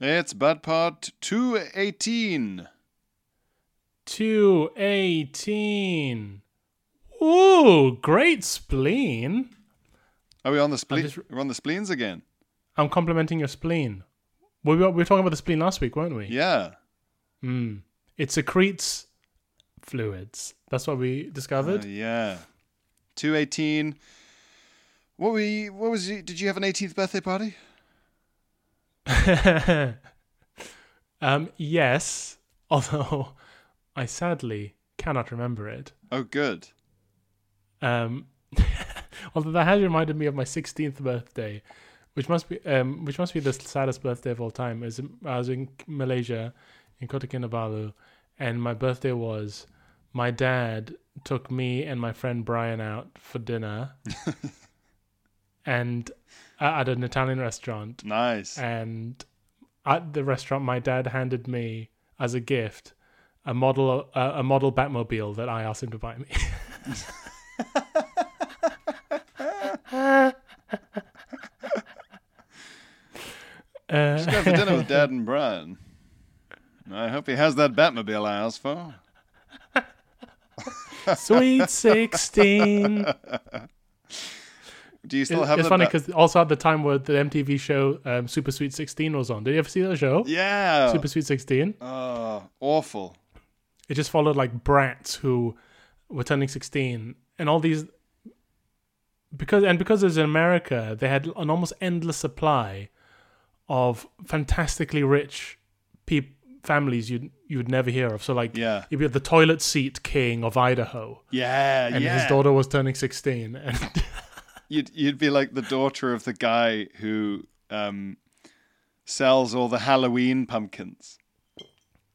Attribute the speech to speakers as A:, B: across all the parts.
A: It's Bud Pod 218.
B: 218. Ooh, great spleen.
A: Are we on the spleen?
B: just-
A: We're on the spleens again.
B: I'm complimenting your spleen. We were, we were talking about the spleen last week, weren't we?
A: Yeah.
B: Mm. It secretes fluids. That's what we
A: Uh,
B: discovered.
A: yeah. 218. What were you, what was you, did you have an 18th birthday party?
B: um, yes, although I sadly cannot remember it.
A: Oh, good.
B: Um, although that has reminded me of my 16th birthday, which must be um, which must be the saddest birthday of all time. As I was in Malaysia, in Kota Kinabalu, and my birthday was my dad took me and my friend Brian out for dinner, and uh, at an Italian restaurant,
A: Nice.
B: and at the restaurant, my dad handed me as a gift a model a, a model Batmobile that I asked him to buy me. Uh,
A: Just go for dinner with Dad and Brian. I hope he has that Batmobile I asked for.
B: sweet sixteen.
A: Do you still
B: It-
A: have
B: it's
A: the
B: funny
A: Bat-
B: because also at the time where the MTV show um, Super Sweet Sixteen was on. Did you ever see that show?
A: Yeah.
B: Super Sweet Sixteen.
A: Oh, awful.
B: it just followed like brats who were turning 16 and all these because and because it was in america they had an almost endless supply of fantastically rich peop families you'd you'd never hear of so like
A: Yeah.
B: you'd be the toilet seat king of idaho
A: Yeah,
B: and
A: yeah.
B: his daughter was turning 16 and
A: you'd you'd be like the daughter of the guy who um, sells all the Halloween pumpkins.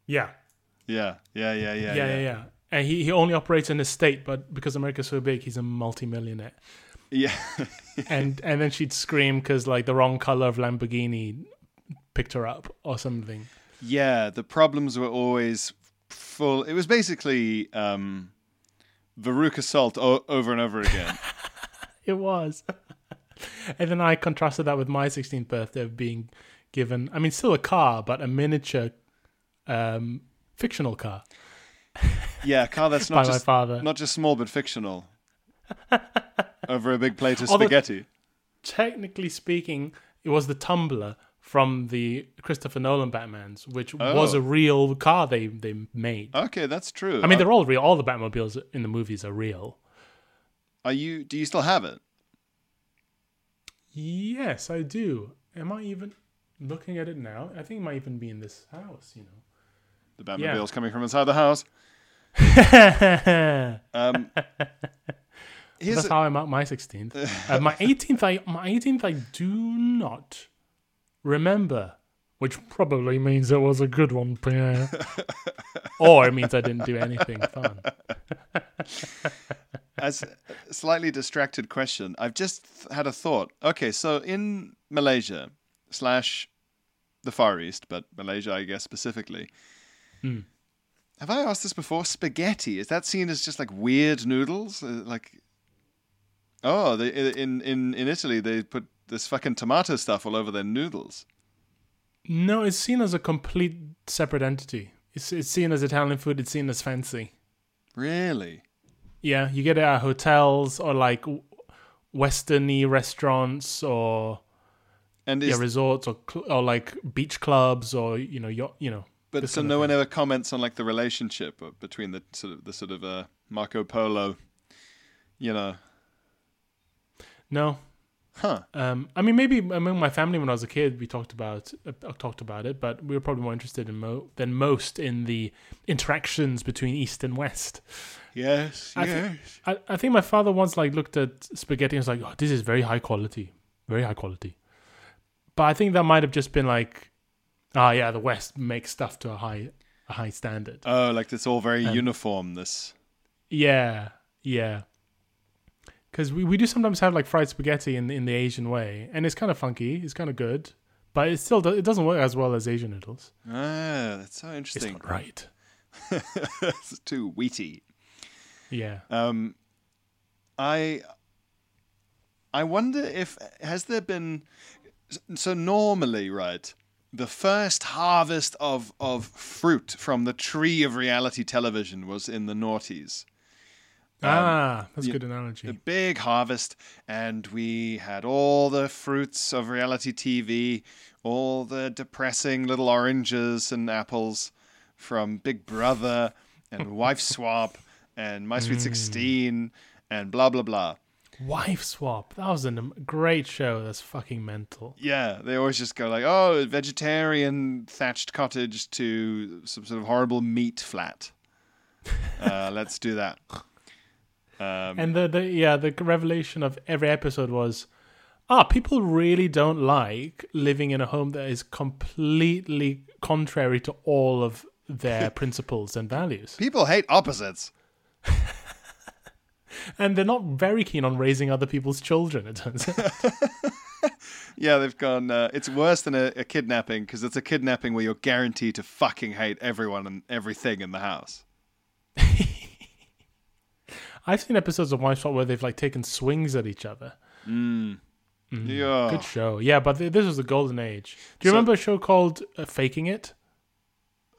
B: yeah
A: Yeah, yeah, yeah, yeah,
B: yeah yeah yeah, And he, he only operates in his state, but because America's so big, he's a multimillionaire.
A: yeah.
B: and and then she'd scream because like the wrong color of Lamborghini picked her up or something.
A: Yeah, the problems were always full. It was basically um, Veruca Salt o- over and over again.
B: It was. and then I contrasted that with my 16th birthday of being given, I mean, still a car, but a miniature um, fictional car
A: yeah, a car that's
B: by
A: not
B: my
A: just
B: father.
A: not just small but fictional. over a big plate of
B: Although-
A: spaghetti.
B: Technically speaking, it was the Tumbler from the Christopher Nolan Batmans, which was
A: Oh.
B: a real car they, they made.
A: okay, that's true.
B: I mean,
A: are,
B: they're all real. All the Batmobiles in the movies are real.
A: are you? Do you still have it?
B: Yes, I do. Am I even looking at it now? I think it might even be in this house, you
A: The Batmobile's coming from inside the house.
B: know.
A: Um, here's
B: That's
A: a,
B: how I mark my 16th. Uh, my 18th, I my 18th, I do not remember, which probably means it was a good one, Pierre. or it means I didn't do anything fun.
A: as a slightly distracted question. I've just th- had a thought. Okay, so in Malaysia slash the Far East, but Malaysia, I guess specifically.
B: Hmm.
A: Have I asked this before? Spaghetti is that seen as just like weird noodles? Uh, Like, oh, they, in in in Italy they put this fucking tomato stuff all over their noodles.
B: No, it's seen as a complete separate entity. It's it's seen as Italian food. It's seen as fancy.
A: Really?
B: Yeah, you get it at hotels or like w- westerny restaurants or
A: And
B: yeah,
A: is
B: resorts or cl- or like beach clubs or you know yacht, you know.
A: But
B: this
A: so
B: kind of
A: no one
B: thing.
A: ever comments on like the relationship of- between the sort of the sort of uh, Marco Polo, you know?
B: No,
A: Huh?
B: Um, I mean, maybe among my family when I was a kid, we talked about uh, talked about it, but we were probably more interested in mo- than most in the interactions between East and West.
A: Yes.
B: I
A: yes.
B: thi- I, I think my father once like looked at spaghetti and was like, "Oh, this is very high quality, very high quality." But I think that might have just been like, "Ah, yeah, the West makes stuff to a high a high standard."
A: oh, like it's all
B: Um,
A: very uniform. This.
B: Yeah, yeah. Because we, we do sometimes have like fried spaghetti in in the Asian way, and it's kind of funky. It's kind of good, but it still do, it doesn't work as well as Asian noodles.
A: Ah, that's so
B: It's
A: interesting.
B: not right.
A: it's too wheaty.
B: Yeah.
A: Um, I. I wonder if has there been so normally right the first harvest of, of fruit from the tree of reality television was in the noughties.
B: ah, that's a
A: yeah.
B: good
A: A
B: analogy.
A: big harvest, and we had all the fruits of reality TV, all the depressing little oranges and apples from Big Brother and Wife Swap and My Sweet 16 and blah, blah, blah.
B: Wife swap. That was a n- great show. That's fucking mental.
A: Yeah, they always just go like, oh, vegetarian thatched cottage to some sort of horrible meat flat. Uh, let's do that. Um,
B: And the, the yeah, the revelation of every episode was ah, people really don't like living in a home that is completely contrary to all of their principles and values.
A: people hate opposites.
B: And they're not very keen on raising other people's children, it turns out.
A: Yeah, they've gone. Uh, it's worse than a, a kidnapping because it's a kidnapping where you're guaranteed to fucking hate everyone and everything in the house.
B: I've seen episodes of Wife Swap where they've like taken swings at each other.
A: Yeah.
B: Mm-hmm. Good show. Yeah, but th- this was the golden age. Do
A: Oh.
B: you
A: So-
B: remember a show called uh, Faking It?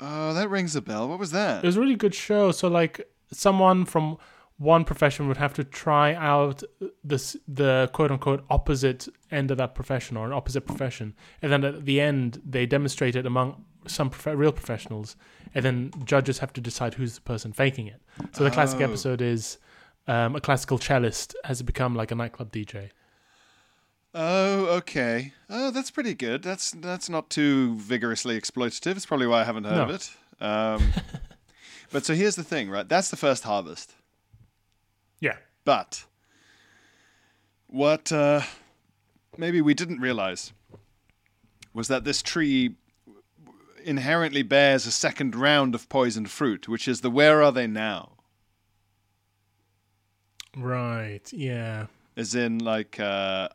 A: Oh, that rings a bell. What was that?
B: It was a really good show. So like someone from one profession would have to try out this the quote unquote opposite end of that profession or an opposite profession, and then at the end they demonstrate it among some prof- real professionals, and then judges have to decide who's the person faking it. So the classic
A: Oh.
B: episode is um, a classical cellist has become like a nightclub DJ.
A: Oh, okay. Oh, that's pretty good. That's that's not too vigorously exploitative. It's probably why I haven't heard of
B: No.
A: it. Um, but so here's the thing, right? That's the first harvest.
B: Yeah.
A: But what uh, maybe we didn't realize was that this tree inherently bears a second round of poisoned fruit, which is the where are they now?
B: Right. Yeah.
A: As in, like, uh,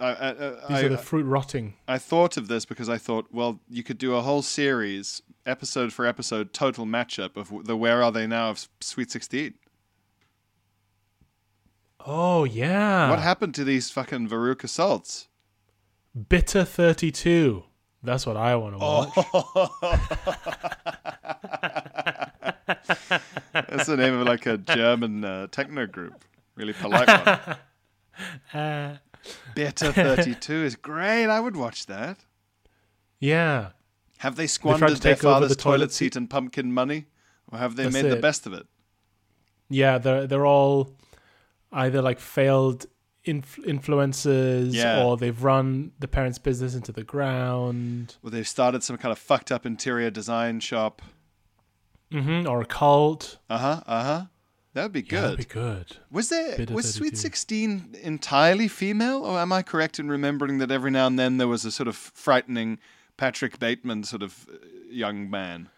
A: I, I, I,
B: These
A: I-
B: are the fruit rotting.
A: I thought of this because I thought, well, you could do a whole series, episode for episode, total matchup of the Where Are They Now of Sweet 16.
B: Oh yeah.
A: What happened to these fucking Veruca Salts?
B: Bitter 32. That's what I want to watch.
A: That's the name of like a German uh, techno group. Really polite one.
B: Uh,
A: Bitter 32 is great. I would watch that.
B: yeah.
A: Have they
B: tried to
A: squandered their
B: take over
A: father's
B: the toilet
A: toilet
B: seat-
A: seat and pumpkin money? Or have they
B: That's
A: made the
B: it.
A: best of it?
B: Yeah, they're, they're all either like failed inf- influencers
A: Yeah.
B: or they've run the parents' business into the ground
A: Well, they've started some kind of fucked up interior design shop.
B: hmm or a cult.
A: Uh huh. Uh huh. That would be
B: Yeah,
A: good.
B: that'd be good.
A: was there
B: Bit of
A: was Sweet
B: 32.
A: Sixteen entirely female, or am I correct in remembering that every now and then there was a sort of frightening Patrick Bateman sort of uh, young man?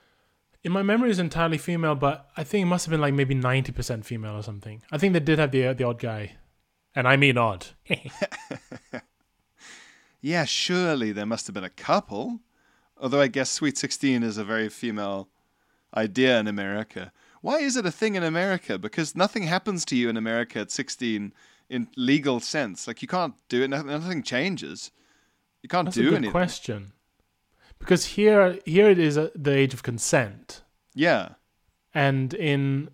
B: In my memory, it's entirely female, but I think it must have been like maybe 90% female or something. I think they did have the, the odd guy. And I mean odd.
A: Yeah, surely there must have been a couple. Although I guess Sweet Sixteen is a very female idea in America. Why is it a thing in America? Because nothing happens to you in America at sixteen in legal sense. Like you can't do it. Nothing, nothing changes. You can't
B: That's a
A: do
B: good
A: anything.
B: question. Because here, here it is uh the age of consent.
A: Yeah.
B: and in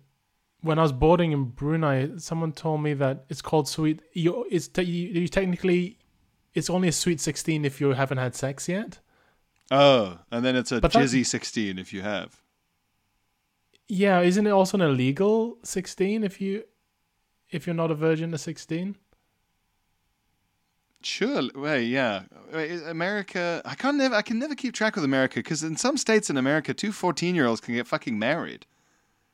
B: when I was boarding in Brunei, someone told me that it's called sweet. You it's te- you, you technically it's only a sweet sixteen if you haven't had sex yet.
A: Oh, and then it's a
B: But that-
A: jizzy 16 if you have.
B: Yeah, isn't it also an illegal sixteen if you if you're not a virgin at sixteen?
A: Sure. Wait, yeah. Wait, is America, I can't never I can never keep track with America cuz in some states in America two 14-year-olds can get fucking married.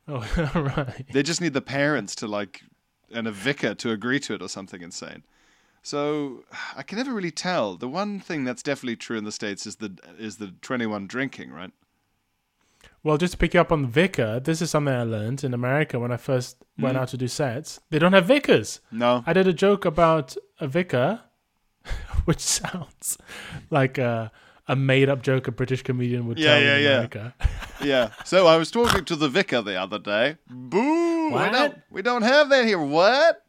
B: Oh right.
A: They just need the parents to like and a vicar to agree to it or something insane. So, I can never really tell. The one thing that's definitely true in the states is the is the 21 drinking, right?
B: Well, just to pick you up on the vicar, this is something I learned in America when I first went out to do sets. They don't have vicars.
A: No.
B: I did a joke about a vicar, which sounds like a, a made up joke a British comedian would
A: Yeah,
B: tell
A: yeah,
B: in
A: yeah.
B: America.
A: Yeah. So, I was talking to the vicar the other day. Boo! We
B: What?
A: don't we don't have that here. What?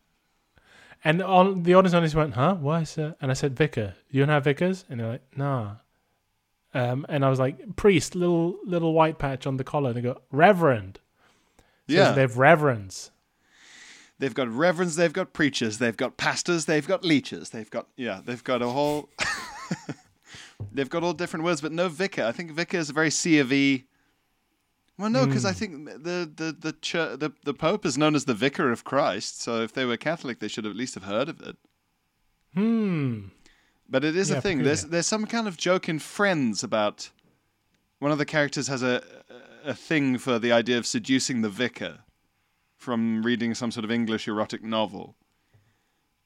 B: And all, the audience only just went, huh? Why, sir? And I said, Vicar. You don't have vicars? And they're like, nah. Um, and I was like, priest, little little white patch on the collar. And they go, reverend. So
A: Yeah.
B: They have reverends.
A: They've got reverends, they've got preachers, they've got pastors, they've got leeches, they've got yeah, they've got a whole they've got all different words, but no vicar. I think vicar is a very C of E. Well, no, because I think the the the, chur the the Pope is known as the Vicar of Christ. So if they were Catholic, they should have at least have heard of it.
B: Hmm.
A: But it is
B: Yeah,
A: a thing.
B: peculiar.
A: There's there's some kind of joke in Friends about one of the characters has a a thing for the idea of seducing the vicar from reading some sort of English erotic novel.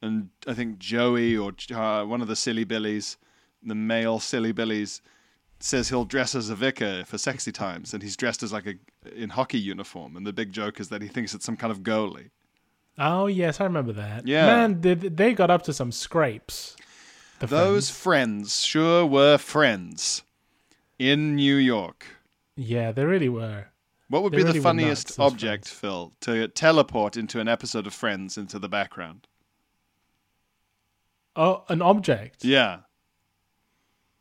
A: And I think Joey or J- uh, one of the silly billies, the male silly billies, says he'll dress as a vicar for sexy times, and he's dressed as like a in hockey uniform. And the big joke is that he thinks it's some kind of goalie.
B: Oh yes, I remember that.
A: Yeah.
B: Man, they, they got up to some scrapes. The
A: Those friends sure were friends in New York.
B: friends. Yeah, they really were.
A: What would
B: They
A: be
B: really
A: the
B: were nuts,
A: funniest
B: those
A: object, Phil, to teleport into an episode of Friends into the background?
B: Oh, an object.
A: Yeah.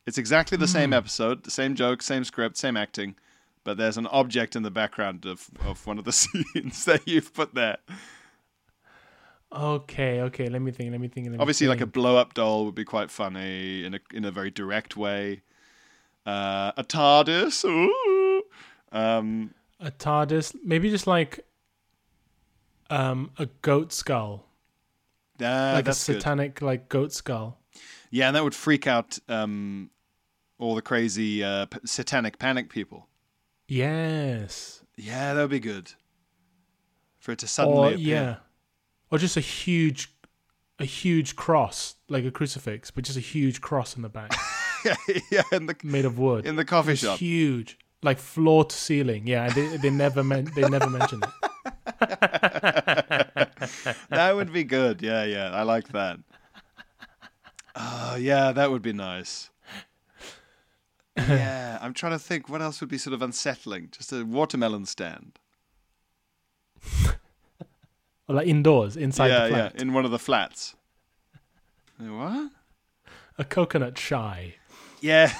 A: It's exactly the
B: Hmm.
A: same episode, the same joke, same script, same acting, but there's an object in the background of, of one of the scenes that you've put there.
B: Okay, okay. Let me think. Let me think. Let me
A: Obviously, like a
B: think.
A: blow up doll would be quite funny in a, in a very direct way. Uh, a TARDIS. Ooh. Um,
B: a TARDIS, maybe just like um a goat skull,
A: ah,
B: like a
A: that's good.
B: satanic like goat skull.
A: Yeah, and that would freak out um, all the crazy uh, p- satanic panic people.
B: Yes.
A: Yeah, that would be good. For it to
B: or
A: suddenly appear.
B: yeah, or just a huge, a huge cross, like a crucifix, but just a huge cross in the back,
A: yeah, in the
B: made of wood.
A: in the coffee
B: It's
A: shop.
B: huge, like floor to ceiling. Yeah, they, they never meant they never mentioned it.
A: That would be good. Yeah, yeah, I like that. Oh, yeah, that would be nice. Yeah, I'm trying to think what else would be sort of unsettling. Just a watermelon stand.
B: Or like indoors, inside
A: yeah,
B: the flat,
A: yeah, in one of the flats. What?
B: a coconut shy.
A: Yeah.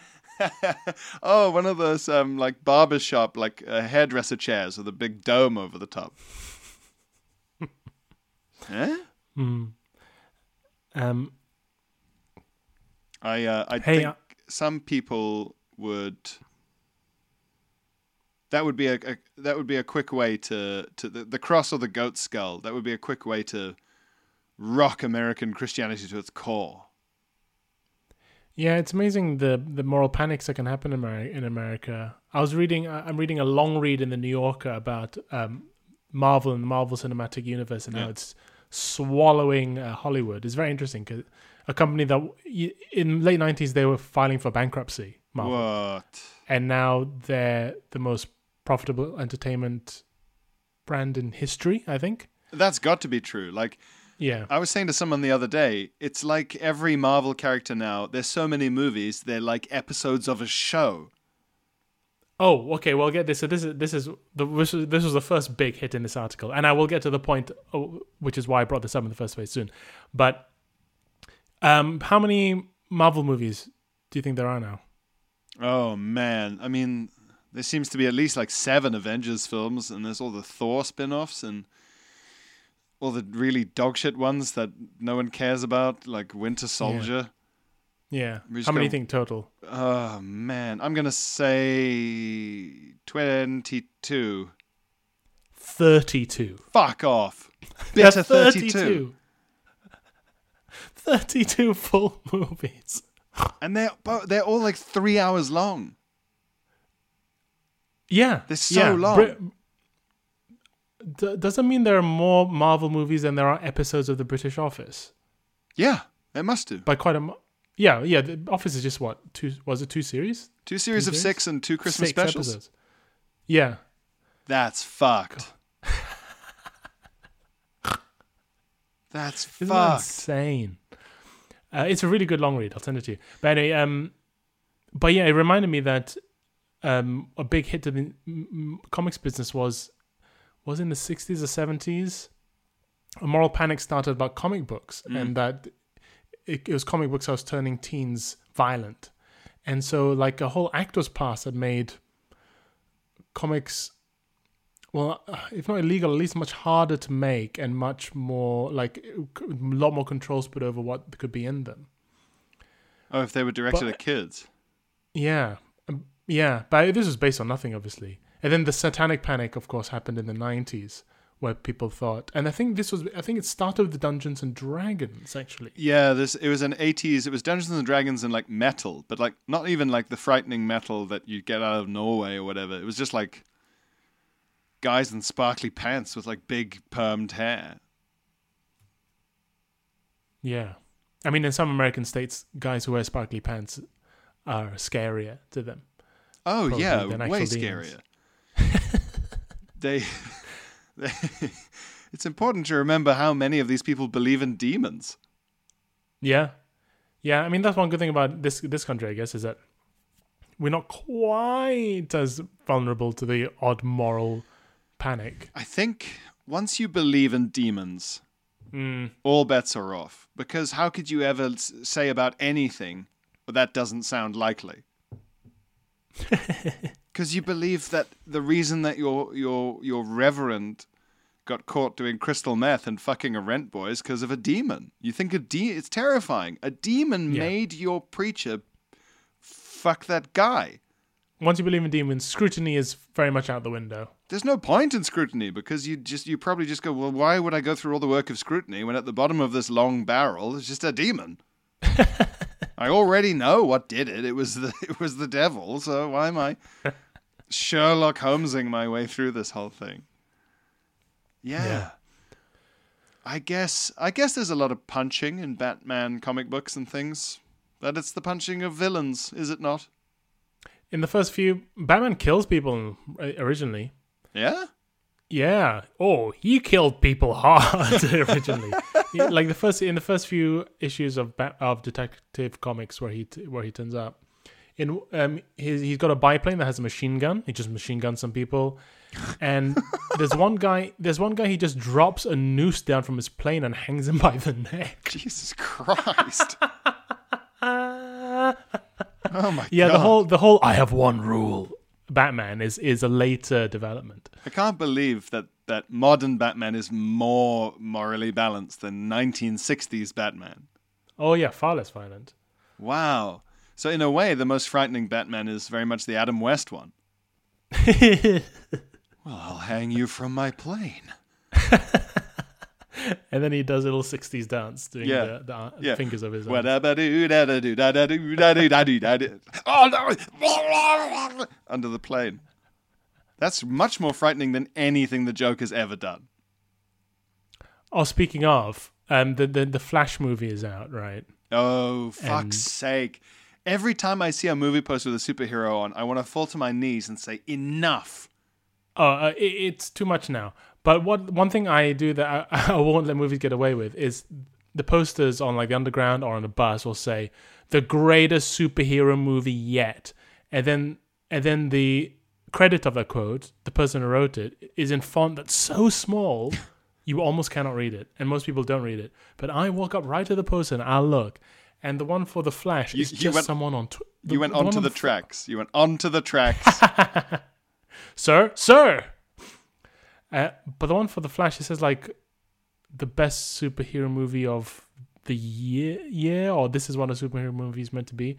A: oh, one of those um, like barbershop, like uh, hairdresser chairs with a big dome over the top. eh?
B: Hmm. Um,
A: I uh, I
B: Hey,
A: think
B: uh-
A: some people would. That would be a, a that would be a quick way to to the, the cross or the goat skull. That would be a quick way to rock American Christianity to its core.
B: Yeah, it's amazing the the moral panics that can happen in, Ameri- in America. I was reading, I- I'm reading a long read in the New Yorker about um, Marvel and the Marvel Cinematic Universe and how
A: Yeah.
B: it's swallowing uh, Hollywood. It's very interesting because a company that y- in late '90s they were filing for bankruptcy, Marvel,
A: What?
B: and now they're the most profitable entertainment brand in history. I think.
A: That's got to be true. Like
B: Yeah.
A: I was saying to someone the other day, it's like every Marvel character now, there's so many movies, they're like episodes of a show.
B: Oh, okay. Well, get this. So this is this is the this was, this was the first big hit in this article, and I will get to the point, oh, which is why I brought this up in the first place soon. But um, how many Marvel movies do you think there are now?
A: Oh man. I mean, there seems to be at least like seven Avengers films and there's all the Thor spin-offs and all the really dog shit ones that no one cares about, like Winter Soldier.
B: Yeah.
A: We just
B: How many
A: go-
B: think total?
A: Oh man. I'm going to say 22.
B: Thirty-two.
A: Fuck off. Better 32.
B: 32 full movies.
A: And they're bo- they're all like 3 hours long.
B: Yeah.
A: They're so
B: yeah.
A: long.
B: D- doesn't mean there are more Marvel movies than there are episodes of The British Office.
A: Yeah, they must do.
B: by quite a mo- yeah yeah the office is just what two was it two series
A: Two series
B: Two
A: of
B: series?
A: six and two Christmas
B: Six
A: specials.
B: episodes. yeah
A: That's fucked. That's
B: isn't that
A: fucked.
B: insane uh, it's a really good long read i'll send it to you but anyway um but yeah it reminded me that um a big hit to the m- m- comics business was was in the 60s or 70s a moral panic started about comic books and that it, it was comic books that was turning teens violent And so, like, a whole actor's pass had made comics, well, uh, if not illegal, at least much harder to make and much more, like, a lot more controls put over what could be in them.
A: Oh, if they were directed
B: But-
A: at kids.
B: Yeah. Um, Yeah. But this was based on nothing, obviously. And then the satanic panic, of course, happened in the 90s, where people thought, and I think this was, I think it started with the Dungeons and Dragons, actually.
A: Yeah, this it was an 80s. It was Dungeons and Dragons and like metal, but like not even like the frightening metal that you get out of Norway or whatever. It was just like guys in sparkly pants with like big permed hair.
B: Yeah. I mean, in some American states, guys who wear sparkly pants are scarier to them.
A: Oh
B: Probably
A: yeah,
B: than
A: way
B: actual
A: scarier.
B: demons.
A: they, they It's important to remember how many of these people believe in demons.
B: Yeah. Yeah, I mean that's one good thing about this this country, I guess, is that we're not quite as vulnerable to the odd moral panic.
A: I think once you believe in demons, all bets are off. Because how could you ever s- say about anything "Well, that doesn't sound likely? Because you believe that the reason that your your your reverend got caught doing crystal meth and fucking a rent boy is because of a demon. You think a de- it's terrifying. A demon
B: Yeah.
A: made your preacher fuck that guy.
B: Once you believe in demons, scrutiny is very much out the window.
A: there's no point in scrutiny because you just you probably just go well why would i go through all the work of scrutiny when at the bottom of this long barrel is just a demon i already know what did it it was the it was the devil so why am i sherlock holmesing my way through this whole thing yeah,
B: Yeah.
A: i guess i guess there's a lot of punching in batman comic books and things but it's the punching of villains is it not
B: In the first few, Batman kills people uh, originally.
A: yeah
B: Yeah. Oh, he killed people hard originally. Yeah, like the first in the first few issues of Bat- of Detective Comics where he t- where he turns up. In um he's, he's got a biplane that has a machine gun. He just machine guns some people. And there's one guy there's one guy he just drops a noose down from his plane and hangs him by the neck.
A: jesus christ oh my
B: Yeah,
A: god
B: the whole the whole I have one rule Batman is is a later development.
A: I can't believe that that modern Batman is more morally balanced than 1960s Batman.
B: Oh yeah, far less violent.
A: Wow. So in a way, the most frightening Batman is very much the Adam West one. Well, I'll hang you from my plane.
B: And then he does a little 60s dance doing
A: Yeah.
B: the, the ar-
A: Yeah.
B: fingers of his arms.
A: Wa-da-ba-doo-da-da-doo-da-doo-da-doo-da-doo. Oh no! Under the plane. That's much more frightening than anything the Joker's ever done.
B: Oh, speaking of, um, the, the, the Flash movie is out, right?
A: Oh, fuck's sake. Every time I see a movie post with a superhero on, I want to fall to my knees and say, enough.
B: Oh, uh, it, it's too much now. But what one thing I do that I, I won't let movies get away with is the posters on like the underground or on a bus will say the greatest superhero movie yet, and then and then the credit of that quote, the person who wrote it, is in font that's so small you almost cannot read it, and most people don't read it. But I walk up right to the poster and I look, and the one for the Flash is
A: you
B: just
A: went-
B: someone on. Tw- the-
A: You went
B: the one
A: onto
B: on
A: the
B: f-
A: tracks. You went onto the tracks.
B: sir, sir. Uh, but the one for the Flash, it says like the best superhero movie of the year, year, or this is what a superhero movie is meant to be.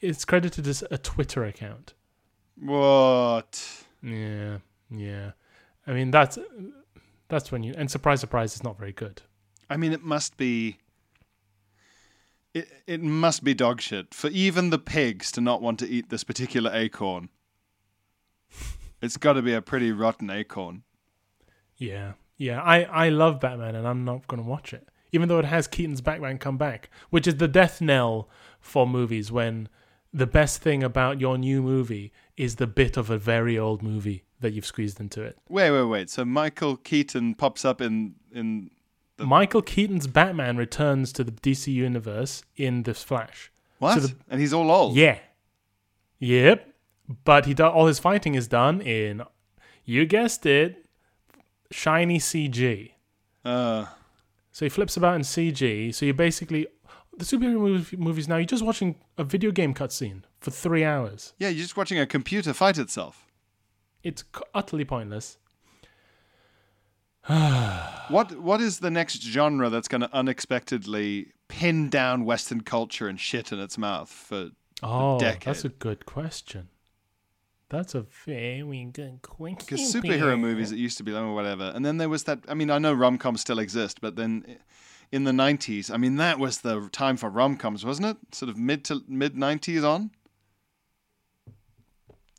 B: It's credited as a Twitter account.
A: what?
B: Yeah, yeah. I mean, that's that's when you and surprise, surprise, it's not very good.
A: I mean, it must be. It, it must be dog shit for even the pigs to not want to eat this particular acorn. It's got to be a pretty rotten acorn.
B: Yeah, yeah. I I love Batman, and I'm not gonna watch it, even though it has Keaton's Batman come back, which is the death knell for movies. When the best thing about your new movie is the bit of a very old movie that you've squeezed into it.
A: Wait, wait, wait. So Michael Keaton pops up in in
B: Michael Keaton's Batman returns to the DC universe in this Flash.
A: what?
B: the-
A: and he's all old.
B: Yeah. Yep. But he do- all his fighting is done in, you guessed it, shiny CG.
A: Uh,
B: So he flips about in CG. So you're basically the superhero movie, movies now. You're just watching a video game cutscene for three hours.
A: Yeah, you're just watching a computer fight itself.
B: It's c- utterly pointless.
A: What What is the next genre that's going to unexpectedly pin down Western culture and shit in its mouth for?
B: Oh, that's
A: decade.
B: a good question. That's a very good question.
A: Because superhero movies, it used to be like, oh, whatever. And then there was that. I mean, I know rom coms still exist, but then in the 90s, I mean, that was the time for rom coms, wasn't it? Sort of mid to mid 90s on.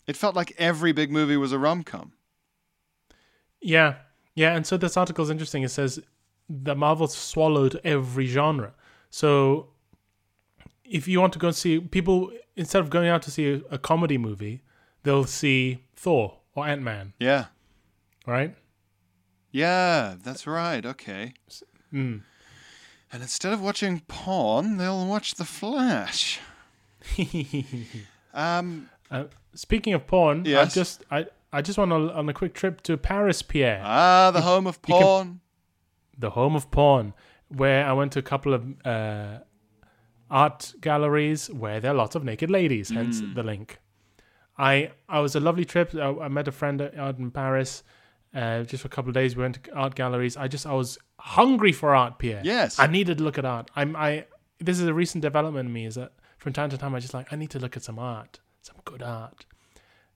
A: It felt like every big movie was a rom com.
B: Yeah, yeah. And so this article is interesting. It says that Marvel swallowed every genre. So if you want to go and see people, instead of going out to see a, a comedy movie, they'll see Thor or Ant Man,
A: Yeah.
B: right?
A: Yeah, that's right. Okay. And instead of watching porn, they'll watch The Flash. Um,
B: uh, speaking of porn, I
A: Yes.
B: just I I just went on a, on a quick trip to Paris, Pierre.
A: ah, the home of
B: can-
A: porn.
B: the home of porn, where I went to a couple of uh, art galleries where there are lots of naked ladies. Hence the link. I I was a lovely trip. I, I met a friend out in Paris. Uh, just for a couple of days, we went to art galleries. I just I was hungry for art, Pierre.
A: Yes.
B: I needed to look at art. I'm I. This is a recent development in me is that from time to time I just like I need to look at some art, some good art,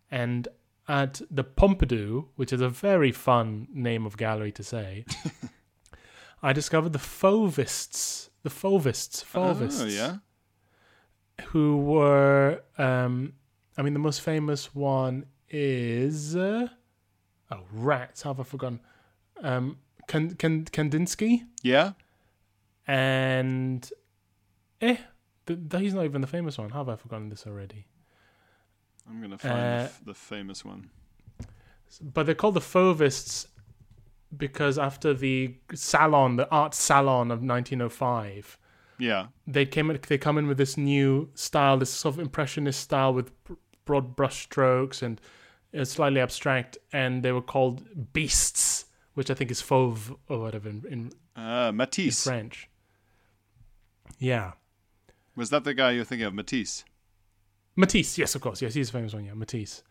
B: and at the Pompidou, which is a very fun name of gallery to say, I discovered the Fauvists, the Fauvists, Fauvists,
A: Oh, yeah.
B: who were, um, I mean, the most famous one is, uh, oh, rats, how have I forgotten? Um, Kan- Kan- Kandinsky
A: Yeah.
B: and eh, th- th- he's not even the famous one. How have I forgotten this already?
A: I'm going to find
B: Uh,
A: the, f- the famous one.
B: But they're called the Fauvists because after the salon, the art salon of 1905,
A: Yeah.
B: they came in, they come in with this new style, this sort of impressionist style with br- broad brush strokes and it's slightly abstract, and they were called beasts, which I think is fauve or whatever in, in
A: Uh, Matisse.
B: French. Yeah.
A: Was that the guy you were thinking of? Matisse.
B: Matisse, yes, of course, yes, he's a famous one, yeah, Matisse.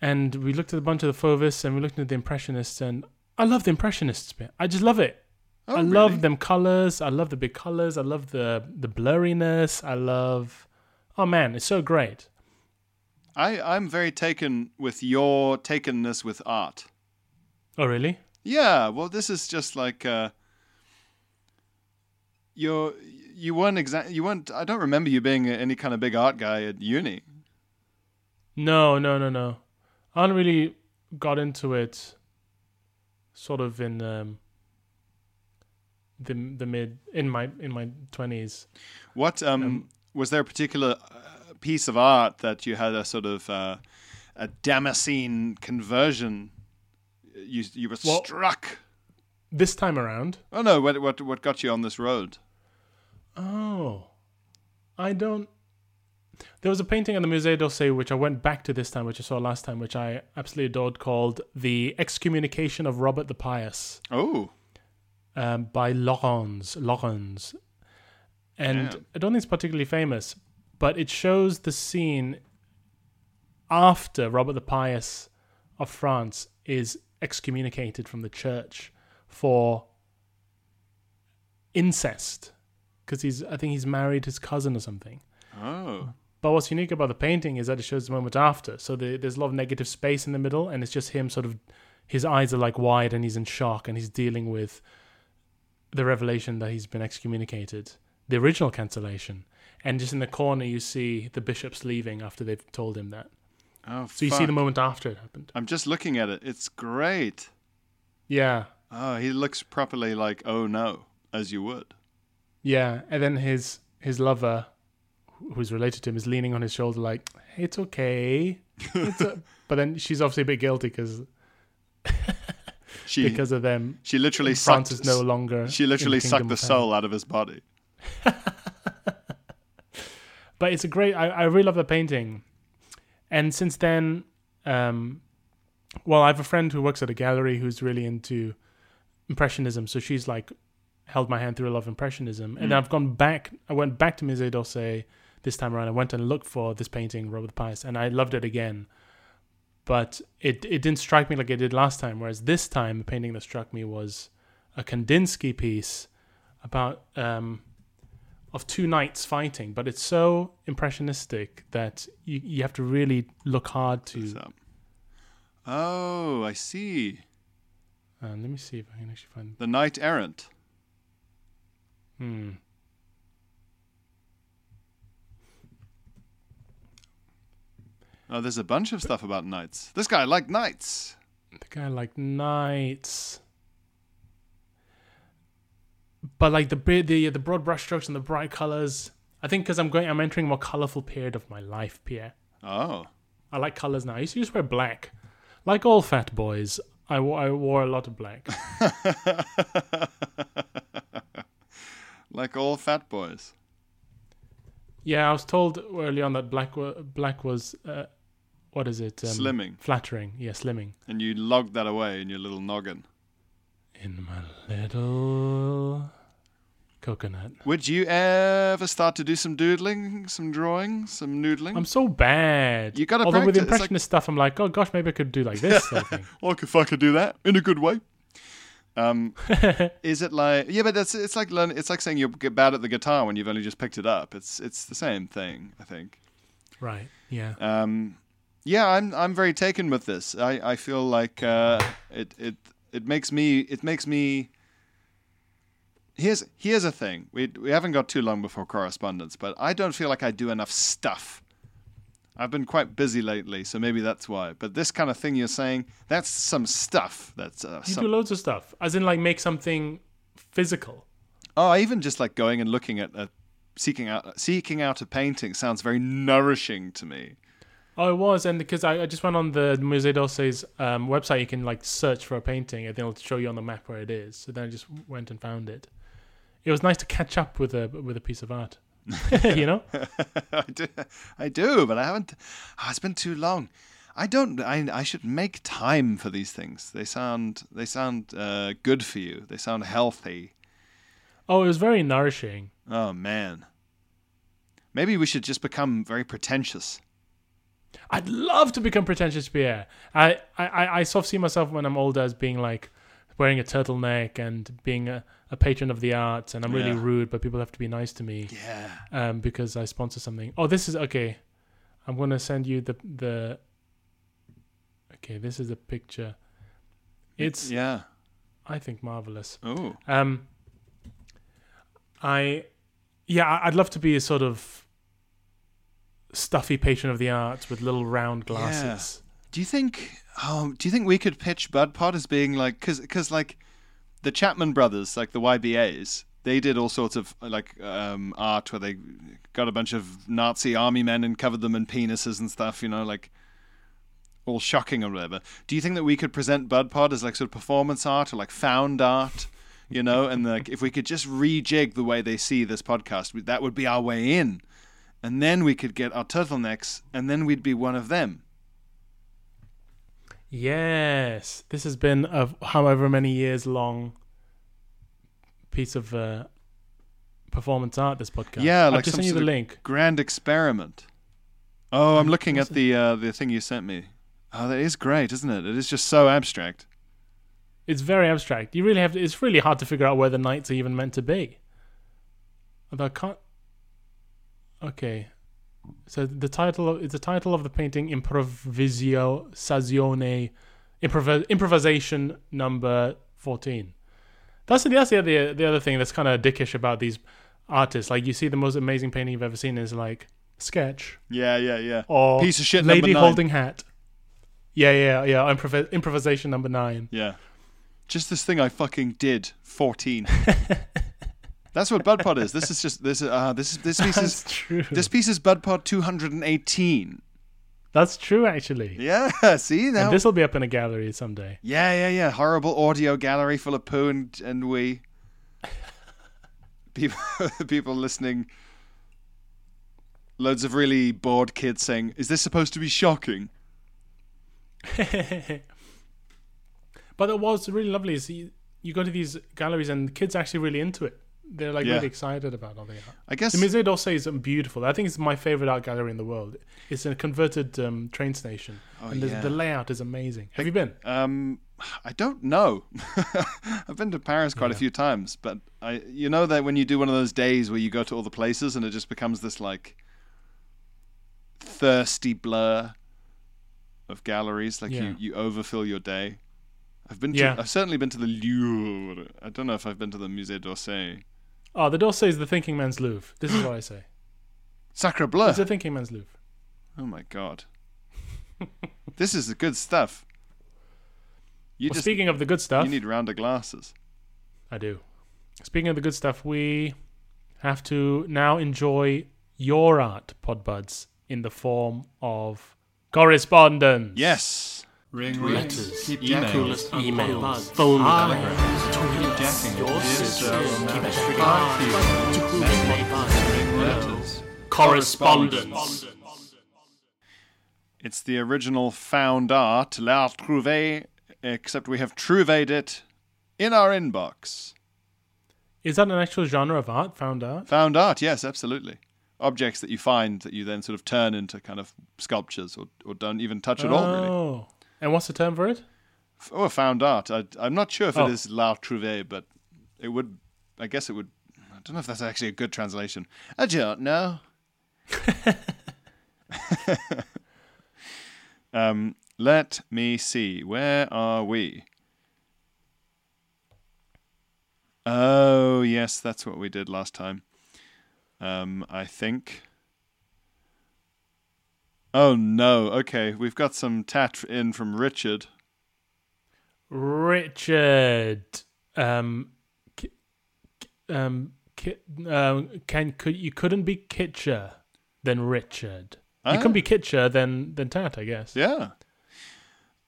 B: And we looked at a bunch of the Fauvists and we looked at the Impressionists, and I love the Impressionists bit. I just love it.
A: Oh,
B: I
A: really?
B: love them colors. I love the big colors. I love the the blurriness. I love. Oh man, it's so great.
A: I, I'm very taken with your takenness with art.
B: Oh really?
A: Yeah, well, this is just like uh, you're you weren't exact. You weren't. I don't remember you being any kind of big art guy at uni.
B: No, no, no, no. I don't really got into it. Sort of in um, the the mid in my in my twenties.
A: What um, was there a particular uh, piece of art that you had a sort of uh, a Damascene conversion? uh, You you were
B: Well-
A: struck.
B: This time around,
A: Oh no! What what what got you on this road?
B: Oh, I don't. There was a painting at the Musée d'Orsay which I went back to this time, which I saw last time, which I absolutely adored, called "The Excommunication of Robert the Pious"
A: Oh,
B: um, by Laurens. Laurens, and
A: Yeah.
B: I don't think it's particularly famous, but it shows the scene after Robert the Pious of France is excommunicated from the church for incest because he's I think he's married his cousin or something.
A: oh,
B: But what's unique about the painting is that it shows the moment after. So the, there's a lot of negative space in the middle, and it's just him sort of, his eyes are like wide, and he's in shock, and he's dealing with the revelation that he's been excommunicated, the original cancellation. And just in the corner, you see the bishops leaving after they've told him that.
A: oh.
B: So you see the
A: fuck.
B: moment after it happened.
A: I'm just looking at it. It's great.
B: Yeah,
A: Oh, he looks properly like oh no, as you would.
B: yeah. And then his his lover, wh- who's related to him, is leaning on his shoulder like, "It's okay." It's o-" but then she's obviously a bit guilty because
A: She
B: because of them
A: she literally
B: France
A: sucked.
B: is no longer.
A: she
B: in
A: literally sucked
B: Kingdom
A: the
B: of Heaven.
A: soul out of his body.
B: But it's a great. I, I really love the painting, and since then, um, well, I have a friend who works at a gallery who's really into impressionism. So she's like held my hand through a lot of impressionism, and I've gone back. I went back to Musée d'Orsay this time around, I went and looked for this painting, Robert Pice, and I loved it again. But it it didn't strike me like it did last time. Whereas this time, the painting that struck me was a Kandinsky piece about um, of two knights fighting. But it's so impressionistic that you you have to really look hard to.
A: So- Oh, I see.
B: Um, let me see if I can actually find.
A: The Knight Errant.
B: Hmm.
A: Oh, there's a bunch of stuff about knights. This guy liked knights.
B: the guy like knights but like the bri- the the broad brushstrokes and the bright colors i think because i'm going i'm entering a more colorful period of my life pierre
A: Oh,
B: i like colors now i used to just wear black like all fat boys i, wo- I wore a lot of black
A: like all fat boys.
B: yeah i was told early on that black wa- black was uh, what is it um,
A: Slimming.
B: flattering yeah slimming
A: And you logged that away in your little noggin.
B: in my little coconut
A: Would you ever start to do some doodling, some drawing, some noodling?
B: I'm so bad.
A: You gotta
B: Although with
A: practice, it's like-
B: impressionist stuff, I'm like, oh gosh, maybe I could do like this sort of thing.
A: like if I could do that in a good way. Um, is it like yeah, but that's it's like learn, it's like saying you're g- bad at the guitar when you've only just picked it up. It's it's the same thing, I think.
B: Right. Yeah.
A: Um, yeah, I'm I'm very taken with this. I, I feel like uh, it it it makes me it makes me. Here's here's a thing. We we haven't got too long before correspondence, but I don't feel like I do enough stuff. I've been quite busy lately, so maybe that's why. But this kind of thing you're saying, that's some stuff. That's uh,
B: You
A: some,
B: do loads of stuff, as in like make something physical.
A: Oh, even just like going and looking at a seeking out seeking out a painting sounds very nourishing to me.
B: Oh, it was, and because I, I just went on the Musée d'Orsay's um, website, you can like search for a painting, and then it'll show you on the map where it is. So then I just went and found it. It was nice to catch up with a with a piece of art. you know,
A: I do, I do, but I haven't. Oh, it's been too long. I don't. I, I should make time for these things. They sound they sound uh, good for you. They sound healthy.
B: oh, it was very nourishing.
A: Oh man, maybe we should just become very pretentious.
B: I'd love to become pretentious Pierre. I, I, I, I sort of see myself when I'm older as being like wearing a turtleneck and being a, a patron of the arts, and I'm really
A: Yeah.
B: rude, but people have to be nice to me
A: Yeah.
B: um, because I sponsor something. Oh, this is okay. I'm gonna send you the the. Okay, this is the picture. It's
A: Yeah.
B: I think marvelous.
A: Oh.
B: Um, I, yeah, I- I'd love to be a sort of stuffy patron of the arts with little round glasses.
A: Do you think? Oh, do you think we could pitch Bud Pod as being like, because because like the Chapman brothers, like the YBAs, they did all sorts of like um, art where they got a bunch of Nazi army men and covered them in penises and stuff. You know, like all shocking or whatever. Do you think that we could present Bud Pod as like sort of performance art or like found art? You know, and like if we could just rejig the way they see this podcast, we- that would be our way in. And then we could get our turtlenecks, and then we'd be one of them.
B: Yes, this has been a however many years long piece of uh, performance art. This podcast.
A: Yeah,
B: I've
A: like
B: just
A: some
B: sent you the
A: sort of-
B: link.
A: Grand experiment. Oh, I'm looking at
B: what's
A: the uh, the thing you sent me. Oh, that is great, isn't it? It is just so abstract.
B: It's very abstract. You really have. To, it's really hard to figure out where the knights are even meant to be. Although I can't. Okay, so the title of, it's the title of the painting Improvisio Sazione, improv- improvisation number fourteen. That's the that's the other the other thing that's kind of dickish about these artists. Like you see the most amazing painting you've ever seen is like sketch
A: Yeah, yeah, yeah.
B: or
A: Piece of shit number
B: lady
A: nine.
B: holding hat. Yeah, yeah, yeah. Improv- improvisation number nine.
A: Yeah. Just this thing I fucking did. Fourteen. That's what Bud Pod is. This is just this. Uh, this is this piece is
B: That's true.
A: this piece is Bud Pod 218.
B: That's true, actually.
A: Yeah. See now.
B: And this will be up in a gallery someday.
A: yeah, yeah, yeah. Horrible audio gallery full of poo and and wee. People, people listening. Loads of really bored kids saying, "Is this supposed to be shocking?"
B: But it was really lovely. Is you, you go to these galleries and the kids are actually really into it. they're like
A: Yeah.
B: really excited about all they are.
A: I guess.
B: The Musée d'Orsay is um, beautiful. I think it's my favorite art gallery in the world. It's a converted um, train station,
A: Oh,
B: and the,
A: yeah.
B: the layout is amazing. Have you been?
A: Um, I don't know. I've been to Paris quite a
B: Yeah.
A: few times, but I, you know that when you do one of those days where you go to all the places and it just becomes this like thirsty blur of galleries, like
B: Yeah.
A: you, you overfill your day. I've been to,
B: Yeah.
A: I've certainly been to the Louvre. I don't know if I've been to the Musée d'Orsay.
B: Oh, the d'Orsay is the thinking man's Louvre. This is what I say.
A: Sacre bleu!
B: It's the thinking man's Louvre.
A: Oh my god. this is the good stuff. You
B: Well,
A: just
B: speaking of the good stuff,
A: you need rounder glasses.
B: I do. Speaking of the good stuff, we have to now enjoy your art, Podbuds, in the form of correspondence.
A: Yes.
C: Ring
D: letters,
C: Keep
D: emails,
C: jacking.
D: emails, phone
C: Ah,
D: calls,
C: Keep jacking.
D: tweets, your
C: Dear
D: sister,
C: Sarah
D: keep
C: Maddox,
D: it
C: God
D: alive,
C: keep
D: but to whom it may
C: you.
D: bind.
C: Ring letters.
D: Correspondence.
A: It's the original found art, l'art trouvé, except we have trouvéd it in our inbox.
B: Is that an actual genre of art found art?
A: Found art, yes, absolutely. Objects that you find that you then sort of turn into kind of sculptures or, or don't even touch at all, really.
B: Oh. And what's the term for it?
A: F- Or found art. I, I'm not sure if
B: Oh.
A: it is l'art trouvé, but it would, I guess it would, I don't know if that's actually a good translation. I don't know. um, let me see. Where are we? Oh, yes, that's what we did last time. Um, I think. Oh no, okay. We've got some tat in from Richard.
B: Richard. Um, ki- ki- um, ki- um, can could you couldn't be Kitcher, then Richard.
A: Ah.
B: You couldn't be Kitcher, then then Tat, I guess.
A: Yeah.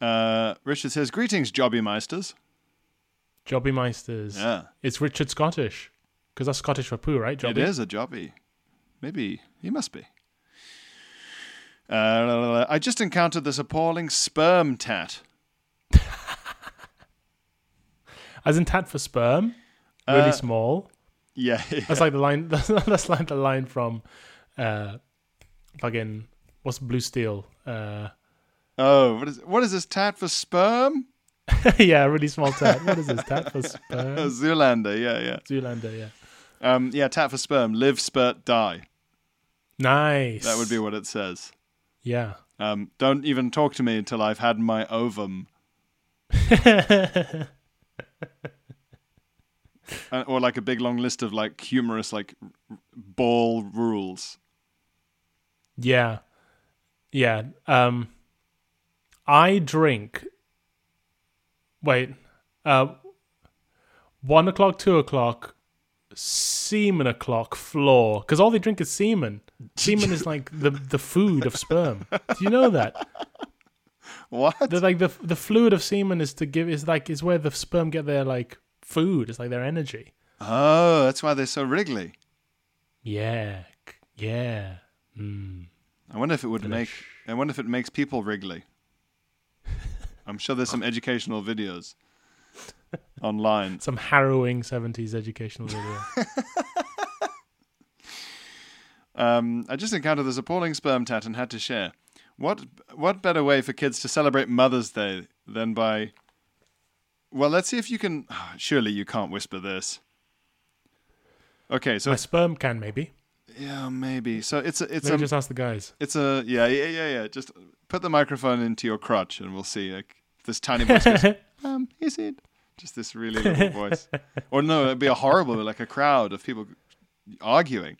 A: Uh, Richard says, Greetings, Jobby Meisters.
B: Jobby Meisters.
A: Yeah.
B: It's Richard Scottish. Because that's Scottish for poo, right? Jobby?
A: It is a Jobby. Maybe he must be. Uh, I just encountered this appalling sperm tat.
B: As in tat for sperm, really
A: Uh,
B: small.
A: Yeah.
B: That's like the line. That's, that's like the line from, uh, fucking what's Blue Steel? Uh,
A: oh, what is what is this tat for sperm?
B: yeah, really small tat. What is this tat for
A: Uh,
B: sperm?
A: Zoolander. Yeah,
B: Zoolander, yeah.
A: yeah. Um, yeah, tat for sperm. Live, spurt, die.
B: Nice.
A: That would be what it says.
B: Yeah.
A: Um, don't even talk to me until I've had my ovum. Uh, or like a big long list of like humorous like r- r- ball rules.
B: Yeah. Yeah. Um I drink wait. Uh one o'clock, two o'clock, semen o'clock floor. Because all they drink is semen. Semen is like the the food of sperm. Do you know that?
A: What?
B: The like the the fluid of semen is to give is like is where the sperm get their like food. It's like their energy.
A: Oh, that's why they're so wriggly.
B: Yeah. c- Yeah. Mm.
A: I wonder if it would make. I wonder if it makes people wriggly. I'm sure there's some educational videos online.
B: Some harrowing seventies educational video.
A: Um, I just encountered this appalling sperm tat and had to share. What what better way for kids to celebrate Mother's Day than by? Well, let's see if you can. ah, Surely you can't whisper this. Okay, so
B: My sperm can maybe.
A: yeah, maybe. So it's a, it's um,
B: Maybe
A: a
B: just ask the guys.
A: It's a yeah, yeah, yeah, yeah. Just put the microphone into your crotch, and we'll see. Like this tiny voice goes, um, is it? Just this really little voice, or no, it'd be a horrible like a crowd of people arguing.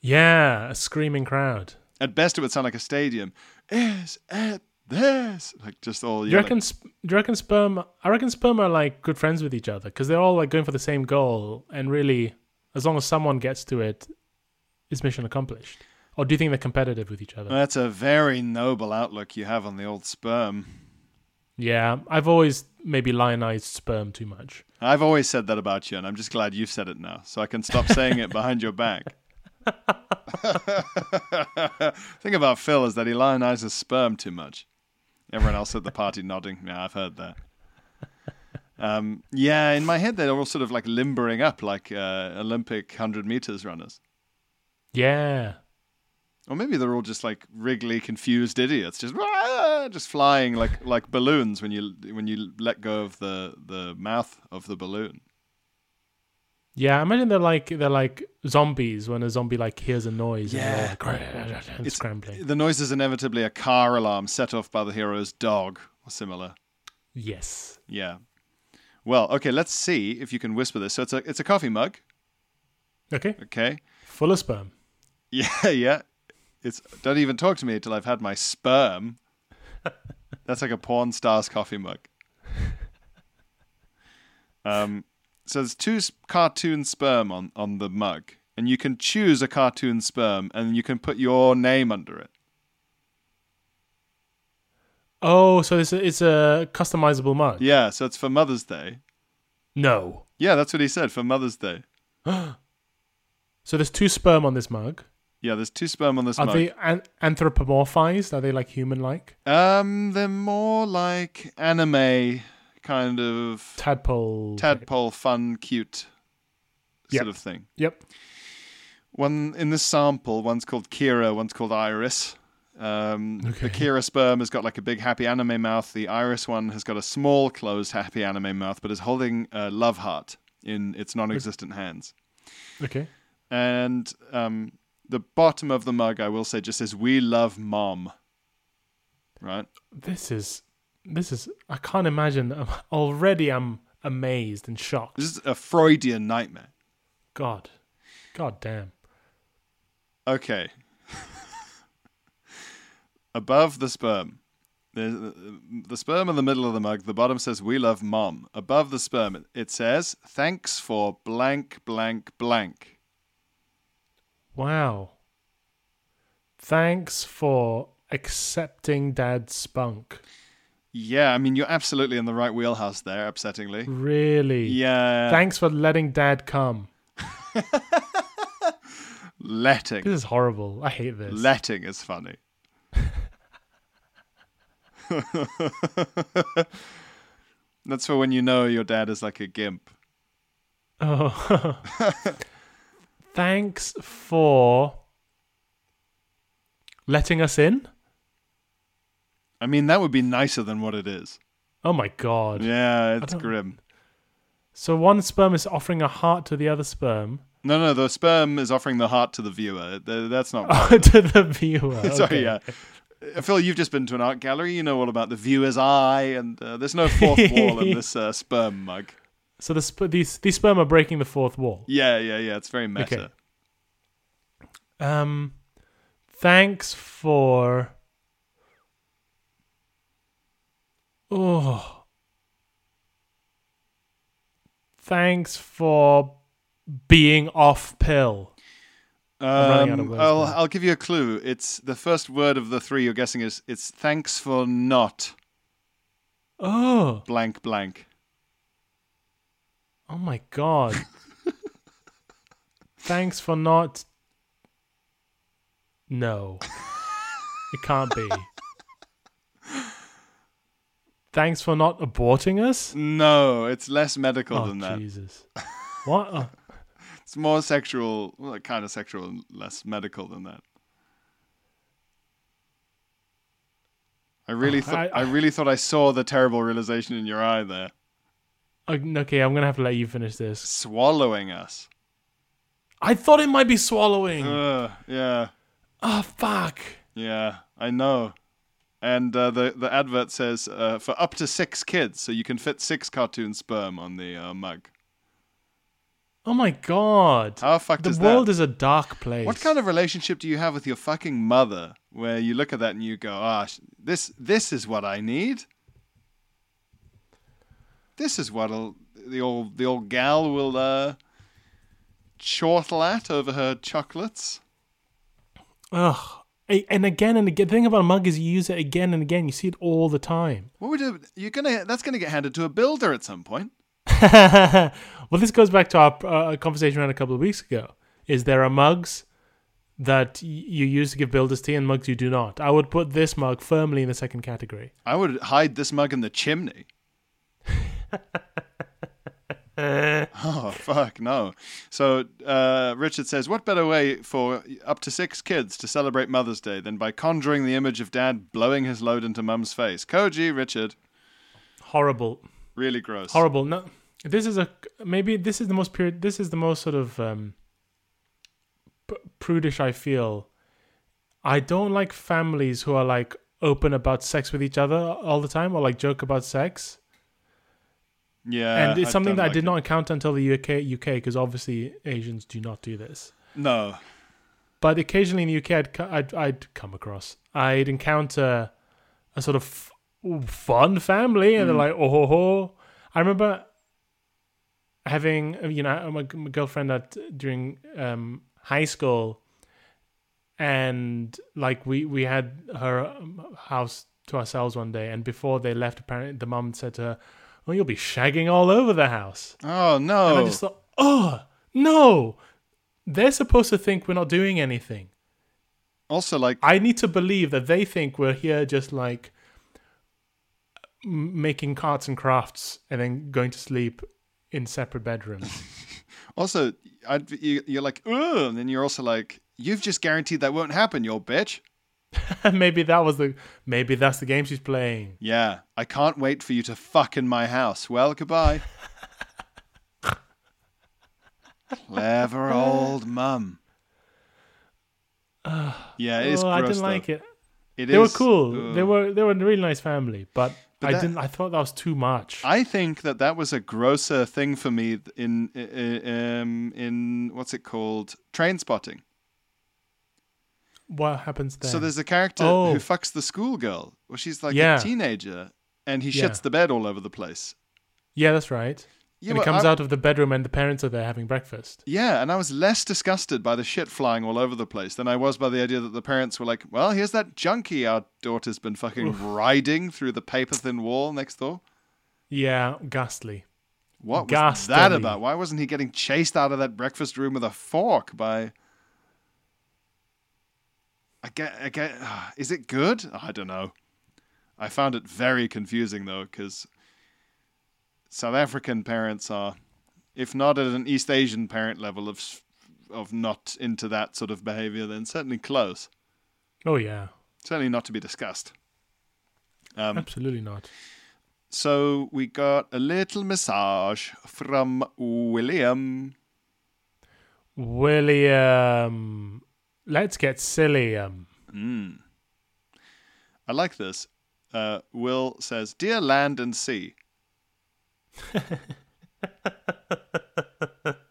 B: Yeah, a screaming crowd.
A: At best, it would sound like a stadium. Is it this? Like just all
B: Do you
A: yelling.
B: reckon? sp- Do you reckon sperm? I reckon sperm are like good friends with each other because they're all like going for the same goal, and really, as long as someone gets to it, is mission accomplished. Or do you think they're competitive with each other?
A: That's a very noble outlook you have on the old sperm.
B: yeah, I've always maybe lionized sperm too much.
A: I've always said that about you, and I'm just glad you've said it now, so I can stop saying it behind your back. Thing about Phil is that he lionizes sperm too much. Everyone else at the party nodding. Yeah, I've heard that. Um, yeah, in my head they're all sort of like limbering up like uh, Olympic hundred meters runners,
B: Yeah.
A: or maybe they're all just like wriggly, confused idiots, just "Wah!" just flying like like balloons when you when you let go of the the mouth of the balloon.
B: Yeah, I imagine they're like they're like zombies when a zombie like hears a noise
A: Yeah.
B: and they're all like, and
A: It's-
B: scrambling.
A: The noise is inevitably a car alarm set off by the hero's dog or similar.
B: Yes.
A: Yeah. Well, okay, let's see if you can whisper this. So it's a it's a coffee mug,
B: Okay.
A: okay?
B: Full of sperm.
A: Yeah, yeah. It's don't even talk to me till I've had my sperm. That's like a porn star's coffee mug. Um, so there's two s- cartoon sperm on on the mug, and you can choose a cartoon sperm, and you can put your name under it.
B: Oh, so it's a, it's a customizable mug.
A: Yeah, so it's for Mother's Day.
B: No.
A: Yeah, that's what he said for Mother's Day.
B: So there's two sperm on this mug.
A: Yeah, there's two sperm on this
B: Are
A: mug.
B: they an- anthropomorphized? Are they like human like?
A: Um, they're more like anime kind of
B: Tadpole.
A: tadpole, fun, cute
B: Yep.
A: sort of thing.
B: Yep.
A: One in this sample, one's called Kira, one's called Iris. Um, The
B: Okay.
A: Kira sperm has got like a big happy anime mouth. The Iris one has got a small closed happy anime mouth, but is holding a love heart in its non-existent hands.
B: Okay.
A: And um, the bottom of the mug, I will say, just says "We love mom." Right.
B: This is this is I can't imagine. Already I'm amazed and shocked.
A: This is a Freudian nightmare.
B: God. God damn.
A: Okay. Above the sperm. There's uh, the sperm in the middle of the mug. The bottom says, We love mom. Above the sperm, it- it says, Thanks for blank, blank, blank.
B: Wow. Thanks for accepting dad's spunk.
A: Yeah, I mean, you're absolutely in the right wheelhouse there, upsettingly.
B: Really?
A: Yeah.
B: Thanks for letting dad come.
A: letting.
B: This is horrible. I hate this.
A: Letting is funny. That's for when you know your dad is like a gimp.
B: oh. Thanks for letting us in?
A: I mean, that would be nicer than what it is.
B: Oh my god.
A: Yeah, it's
B: don't-
A: grim.
B: So one sperm is offering a heart to the other sperm.
A: No, no, the sperm is offering the heart to the viewer. Th- That's not.
B: Oh, to the viewer.
A: Sorry,
B: Okay.
A: yeah. Uh, Phil, you've just been to an art gallery. You know all about the viewer's eye, and uh, there's no fourth wall in this uh, sperm mug.
B: So the sp- these these sperm are breaking the fourth wall.
A: Yeah, yeah, yeah. It's very meta.
B: Okay. Um, thanks for. Oh. Thanks for being off pill. running out of
A: Um,
B: words
A: I'll,
B: now.
A: I'll give you a clue. It's the first word of the three you're guessing is it's thanks for not
B: Oh,
A: blank blank.
B: oh my god. thanks for not. No. It can't be. thanks for not aborting us?
A: No, it's less medical
B: Oh,
A: than that.
B: Jesus. What? Oh.
A: It's more sexual, well, kind of sexual, and less medical than that. I really
B: Oh,
A: thought I,
B: I-
A: really thought I saw the terrible realization in your eye there,
B: Oh, Okay, I'm gonna have to let you finish this.
A: swallowing us.
B: I thought it might be swallowing.
A: Ugh, yeah,
B: oh fuck!
A: yeah, I know. And uh, the the advert says uh, for up to six kids, so you can fit six cartoon sperm on the uh, mug.
B: Oh my god!
A: How fucked
B: the
A: is
B: world
A: that?
B: is a dark place.
A: What kind of relationship do you have with your fucking mother, where you look at that and you go, "Ah, sh- this this is what I need. This is what the old the old gal will uh, chortle at over her chocolates."
B: Ugh. A- And again and again. The thing about a mug is you use it again and again. You see it all the time.
A: What would you, you're gonna? That's gonna get handed to a builder at some point.
B: well, this goes back to our uh, conversation we had a couple of weeks ago. Is there are mugs that y- you use to give builders tea and mugs you do not? I would put this mug firmly in the second category.
A: I would hide this mug in the chimney. Oh, fuck, no. So uh, Richard says, What better way for up to six kids to celebrate Mother's Day than by conjuring the image of dad blowing his load into mum's face? Koji, Richard,
B: Horrible.
A: really gross.
B: horrible no this is a maybe this is the most period this is the most sort of um p- prudish i feel i don't like families who are like open about sex with each other all the time or like joke about sex
A: Yeah.
B: and it's something
A: Uh, don't
B: that i
A: like
B: did
A: it.
B: not encounter until the uk uk because obviously asians do not do this
A: No.
B: but occasionally in the UK, I'd, co- I'd, I'd come across, I'd encounter a sort of f- fun family, and they're like, oh, ho, ho. I remember having, uh, you know, my, my girlfriend at during um, high school, and like we we had her um, house to ourselves one day, and before they left, apparently the mum said to her, "Oh, you'll be shagging all over the house."
A: Oh, no.
B: And I just thought, oh, no. They're supposed to think we're not doing anything.
A: also, like,
B: I need to believe that they think we're here just like m- making arts and crafts and then going to sleep in separate bedrooms.
A: also, I'd, you, you're like, Ugh, and then you're also like, You've just guaranteed that won't happen, you old bitch.
B: maybe that was the maybe that's the game she's playing.
A: Yeah, I can't wait for you to fuck in my house. Well, goodbye. Clever old mum. Yeah, it is gross.
B: oh, I didn't
A: though.
B: like it.
A: It
B: They were
A: is-
B: cool. They
A: ugh.
B: were they were a really nice family, but,
A: But
B: I
A: that-
B: didn't I thought that was too much.
A: I think that that was a grosser thing for me th- in i- i- um, in what's it called train spotting.
B: what happens then?
A: So there's a character
B: Oh.
A: who fucks the schoolgirl. Well, she's like
B: Yeah.
A: a teenager, and he shits
B: Yeah.
A: the bed all over the place.
B: yeah, that's right.
A: Yeah,
B: and
A: but
B: he comes
A: I-
B: out of the bedroom and the parents are there having breakfast.
A: Yeah, and I was less disgusted by the shit flying all over the place than I was by the idea that the parents were like, "Well, here's that junkie our daughter's been fucking riding through the paper thin wall next door."
B: Yeah, ghastly.
A: What was that
B: Ghastly.
A: about? Why wasn't he getting chased out of that breakfast room with a fork by? I get, I get. Is it good? I don't know. I found it very confusing though, because South African parents are, if not at an East Asian parent level of, s- of not into that sort of behavior, then certainly close.
B: Oh yeah,
A: Certainly not to be discussed. Um,
B: absolutely not.
A: so we got a little massage from William.
B: William, let's get silly. Um,
A: I like this. Uh, Will says, "Dear land and sea."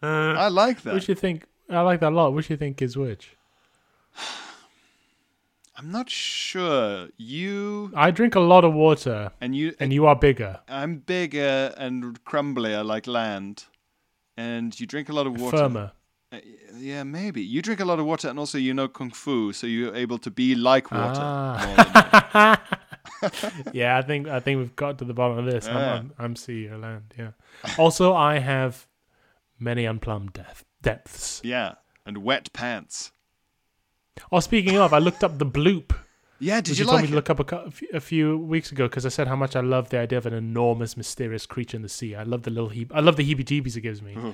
A: I like that.
B: which you think? I like that a lot. Which you think is which?
A: I'm not sure. You
B: I drink a lot of water,
A: and you
B: and you are bigger,
A: I'm bigger and crumblier like land, and you drink a lot of water.
B: firmer.
A: Uh, yeah, maybe you drink a lot of water, and also you know kung fu, so you're able to be like water. more
B: Ah.
A: than-
B: yeah, I think I think we've got to the bottom of this. I'm,
A: Yeah.
B: I'm, I'm CEO land. Yeah. Also, I have many unplumbed depth, depths.
A: yeah, and wet pants.
B: Oh, speaking of, I looked up the bloop.
A: Yeah, did
B: Which
A: you
B: you told
A: like?
B: me to
A: it?
B: look up a, cou- a few- a few weeks ago because I said how much I love the idea of an enormous, mysterious creature in the sea. I love the little he- I love the heebie-jeebies it gives me.
A: Mm-hmm.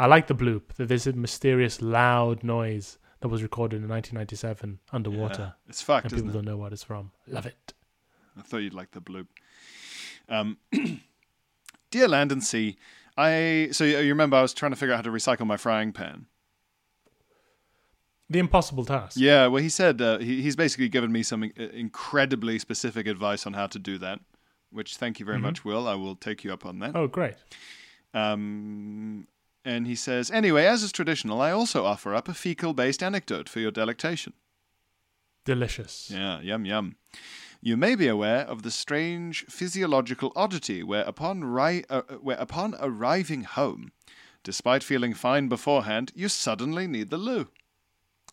B: I like the bloop that there's a mysterious, loud noise that was recorded in 1997 underwater,
A: It's fucked,
B: and
A: isn't
B: people
A: it?
B: don't know what it's from. Love it.
A: I thought you'd like the bloop. Um, dear land and sea, I so you, you remember I was trying to figure out how to recycle my frying pan.
B: The impossible task.
A: Yeah, well, he said uh, he, he's basically given me some in- incredibly specific advice on how to do that, which thank you very much, Will. I will take you up on that.
B: Oh, great.
A: Um, and he says, anyway, as is traditional, I also offer up a fecal-based anecdote for your delectation.
B: Delicious.
A: Yeah, yum, yum. You may be aware of the strange physiological oddity where upon, ri- uh, uh, where upon arriving home, despite feeling fine beforehand, you suddenly need the loo.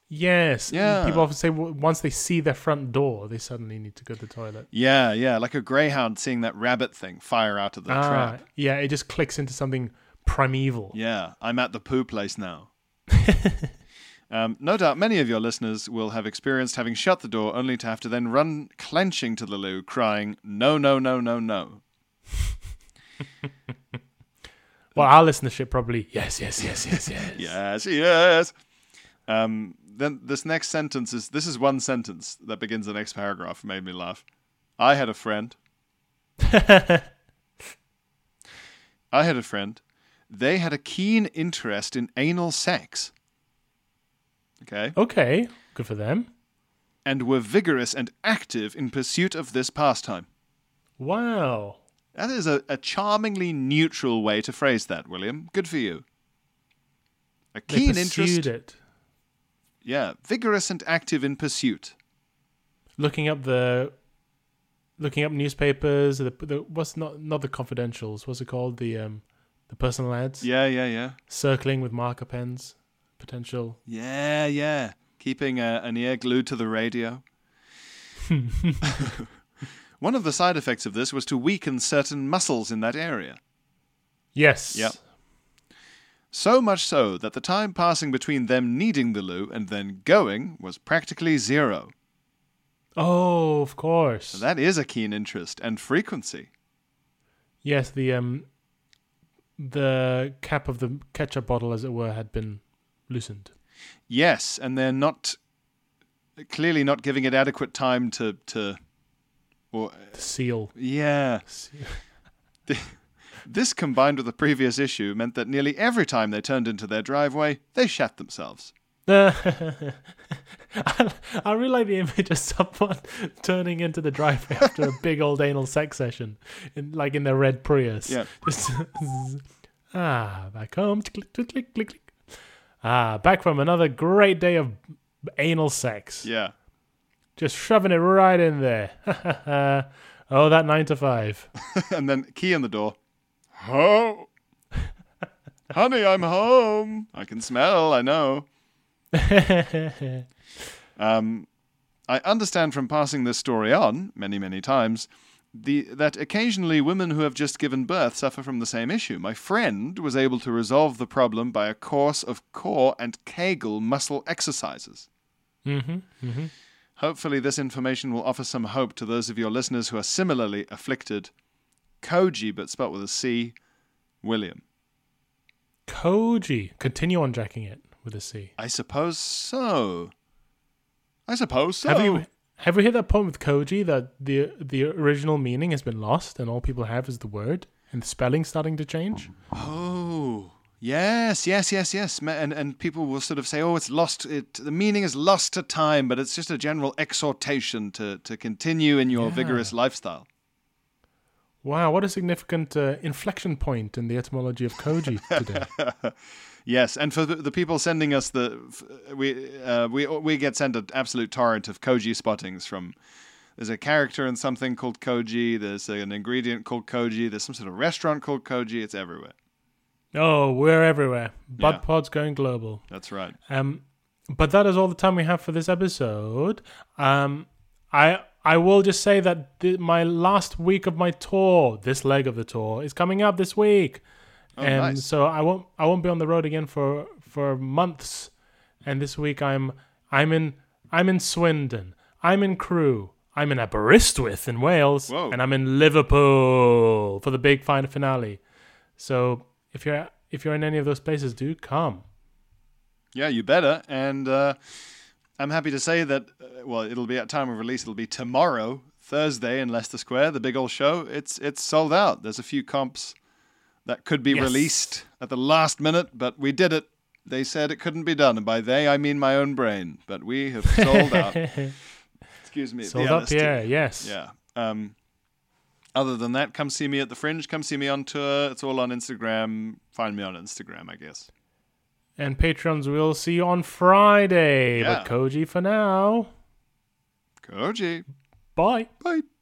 B: Yes.
A: Yeah.
B: People often say w- once they see their front door, they suddenly need to go to the toilet.
A: Yeah, yeah, like a greyhound seeing that rabbit thing fire out of
B: Ah,
A: the trap.
B: yeah. It just clicks into something primeval.
A: Yeah, I'm at the poo place now. um, no doubt many of your listeners will have experienced having shut the door only to have to then run clenching to the loo, crying, no, no, no, no, no.
B: Well, our listenership probably yes, yes, yes, yes, yes.
A: Yes, yes. Um, then this next sentence is this is one sentence that begins the next paragraph. Made me laugh. I had a friend. I had a friend. They had a keen interest in anal sex. Okay.
B: Okay, good for them.
A: And were vigorous and active in pursuit of this pastime.
B: Wow.
A: That is a, a charmingly neutral way to phrase that, William. Good for you. A
B: They
A: keen
B: pursued
A: interest.
B: it.
A: Yeah, vigorous and active in pursuit.
B: Looking up the, looking up newspapers. The, the what's not not the confidentials. What's it called? The um, the personal ads.
A: Yeah, yeah, yeah.
B: Circling with marker pens. Potential.
A: Yeah, yeah. Keeping uh, an ear glued to the radio. One of the side effects of this was to weaken certain muscles in that area.
B: Yes.
A: Yep. So much so that the time passing between them needing the loo and then going was practically zero.
B: Oh, of course.
A: That is a keen interest and frequency.
B: Yes, the um the cap of the ketchup bottle, as it were, had been loosened.
A: Yes, and they're not clearly not giving it adequate time to to or
B: The seal.
A: yeah. This combined with the previous issue meant that nearly every time they turned into their driveway, they shat themselves.
B: Uh, I, I really like the image of someone turning into the driveway after a big old anal sex session, in, like in their red Prius.
A: Yeah.
B: Just, zzz. ah, back home. Click, click, click, click, click. Ah, back from another great day of anal sex.
A: Yeah.
B: Just shoving it right in there. oh, that nine to five.
A: and then key in the door. Ho! Honey, I'm home. I can smell, I know. Um, I understand from passing this story on many, many times the, that occasionally women who have just given birth suffer from the same issue. My friend was able to resolve the problem by a course of core and Kegel muscle exercises.
B: mm-hmm.
A: Hopefully, this information will offer some hope to those of your listeners who are similarly afflicted. Koji, but spelt with a C, William.
B: Koji. Continue on jacking it with a C.
A: I suppose so. I suppose so.
B: Have you have we hit that point with Koji that the the original meaning has been lost and all people have is the word and the spelling's starting to change?
A: Oh, yes, yes, yes, yes. Ma- And and people will sort of say, "Oh, it's lost. It the meaning is lost to time," but it's just a general exhortation to to continue in your
B: Yeah.
A: vigorous lifestyle.
B: Wow, what a significant uh, inflection point in the etymology of Koji today.
A: Yes, and for the, the people sending us the, f- we uh, we we get sent an absolute torrent of koji spottings from. There's a character in something called koji. There's an ingredient called koji. There's some sort of restaurant called koji. It's everywhere.
B: oh, we're everywhere. Bud
A: Yeah.
B: Pod's going global.
A: That's right.
B: Um, but that is all the time we have for this episode. Um, I I will just say that th- my last week of my tour, this leg of the tour, is coming up this week,
A: Oh,
B: and
A: nice.
B: so I won't I won't be on the road again for for months. And this week I'm I'm in I'm in Swindon, I'm in Crewe, I'm in Aberystwyth in Wales,
A: Whoa.
B: and I'm in Liverpool for the big final finale. So if you're if you're in any of those places, do come.
A: Yeah, you better. And uh, I'm happy to say that, uh, well, it'll be at time of release. It'll be tomorrow, Thursday, in Leicester Square, the big old show. It's it's sold out. There's a few comps that could be
B: Yes.
A: released at the last minute, but we did it. They said it couldn't be done, and by they I mean my own brain. But we have sold out. Excuse me.
B: Sold
A: the
B: up,
A: LSD.
B: yeah, yes.
A: Yeah. Um, other than that, come see me at the Fringe. Come see me on tour. It's all on Instagram. Find me on Instagram, I guess.
B: And patrons, we'll see you on Friday.
A: Yeah.
B: But Koji for now.
A: Koji.
B: Bye.
A: Bye.